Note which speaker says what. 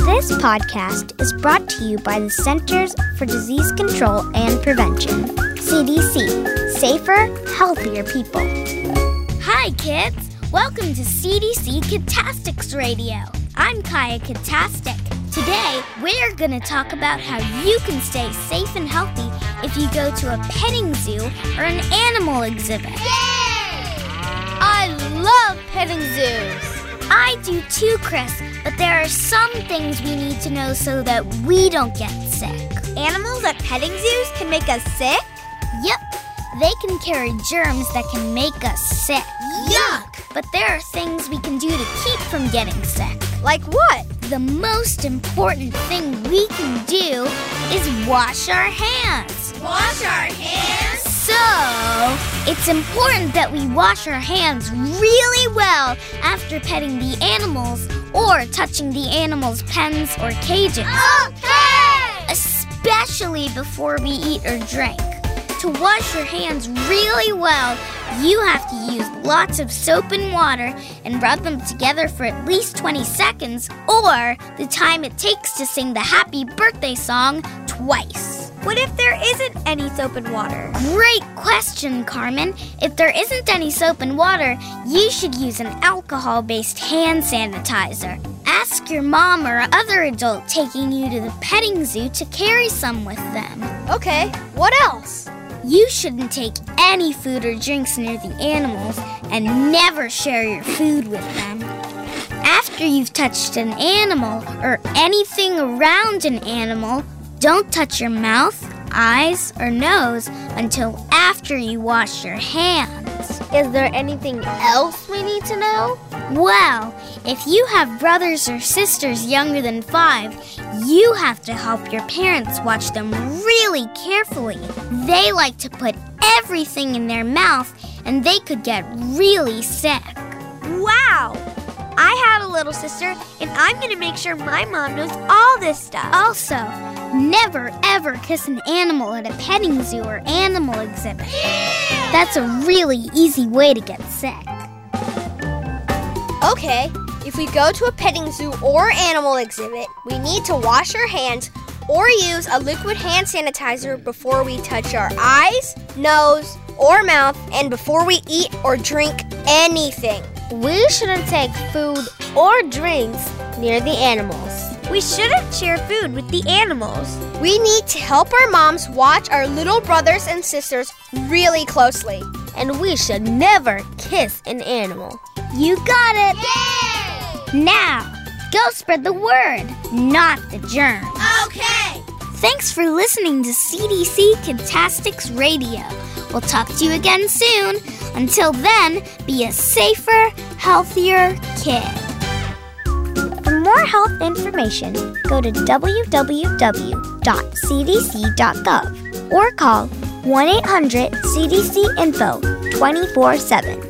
Speaker 1: This podcast is brought to you by the Centers for Disease Control and Prevention, CDC, safer, healthier people. Hi, kids. Welcome to CDC Catastics Radio. I'm Kaya Catastic. Today, we're going to talk about how you can stay safe and healthy if you go to a petting zoo or an animal exhibit. I love petting zoos. I do too, Chris, but there are some things we need to know so that we don't get sick. Animals at petting zoos can make us sick? Yep. They can carry germs that can make us sick. Yuck! But there are things we can do to keep from getting sick. Like what? The most important thing we can do is wash our hands.
Speaker 2: Wash our hands.
Speaker 1: So, it's important that we wash our hands really well after petting the animals or touching the animals' pens or cages.
Speaker 2: Okay.
Speaker 1: Especially before we eat or drink. To wash your hands really well, you have to use lots of soap and water and rub them together for at least 20 seconds or the time it takes to sing the happy birthday song twice.
Speaker 2: What if there isn't any soap and water?
Speaker 1: Great question, Carmen. If there isn't any soap and water, you should use an alcohol based hand sanitizer. Ask your mom or other adult taking you to the petting zoo to carry some with them.
Speaker 2: Okay. What else?
Speaker 1: You shouldn't take any food or drinks near the animals and never share your food with them. After you've touched an animal or anything around an animal, don't touch your mouth, eyes, or nose until after you wash your hands.
Speaker 2: Is there anything else we need to know?
Speaker 1: Well, if you have brothers or sisters younger than five, you have to help your parents watch them really carefully. They like to put everything in their mouth and they could get really sick.
Speaker 2: Wow. I have a little sister, and I'm going to make sure my mom knows all this stuff.
Speaker 1: Also, never ever kiss an animal at a petting zoo or animal exhibit. That's a really easy way to get sick.
Speaker 2: Okay, if we go to a petting zoo or animal exhibit, we need to wash our hands or use a liquid hand sanitizer before we touch our eyes, nose, or mouth, and before we eat or drink anything.
Speaker 3: We shouldn't take food or drinks near the animals.
Speaker 4: We shouldn't share food with the animals.
Speaker 2: We need to help our moms watch our little brothers and sisters really closely.
Speaker 3: And we should never kiss an animal.
Speaker 1: You got it! Yay! Now, go spread the word, not the germ.
Speaker 2: Okay!
Speaker 1: Thanks for listening to CDC Catastics Radio. We'll talk to you again soon. Until then, be a safer, healthier kid. For more health information, go to www.cdc.gov or call 1 800 CDC Info 24 7.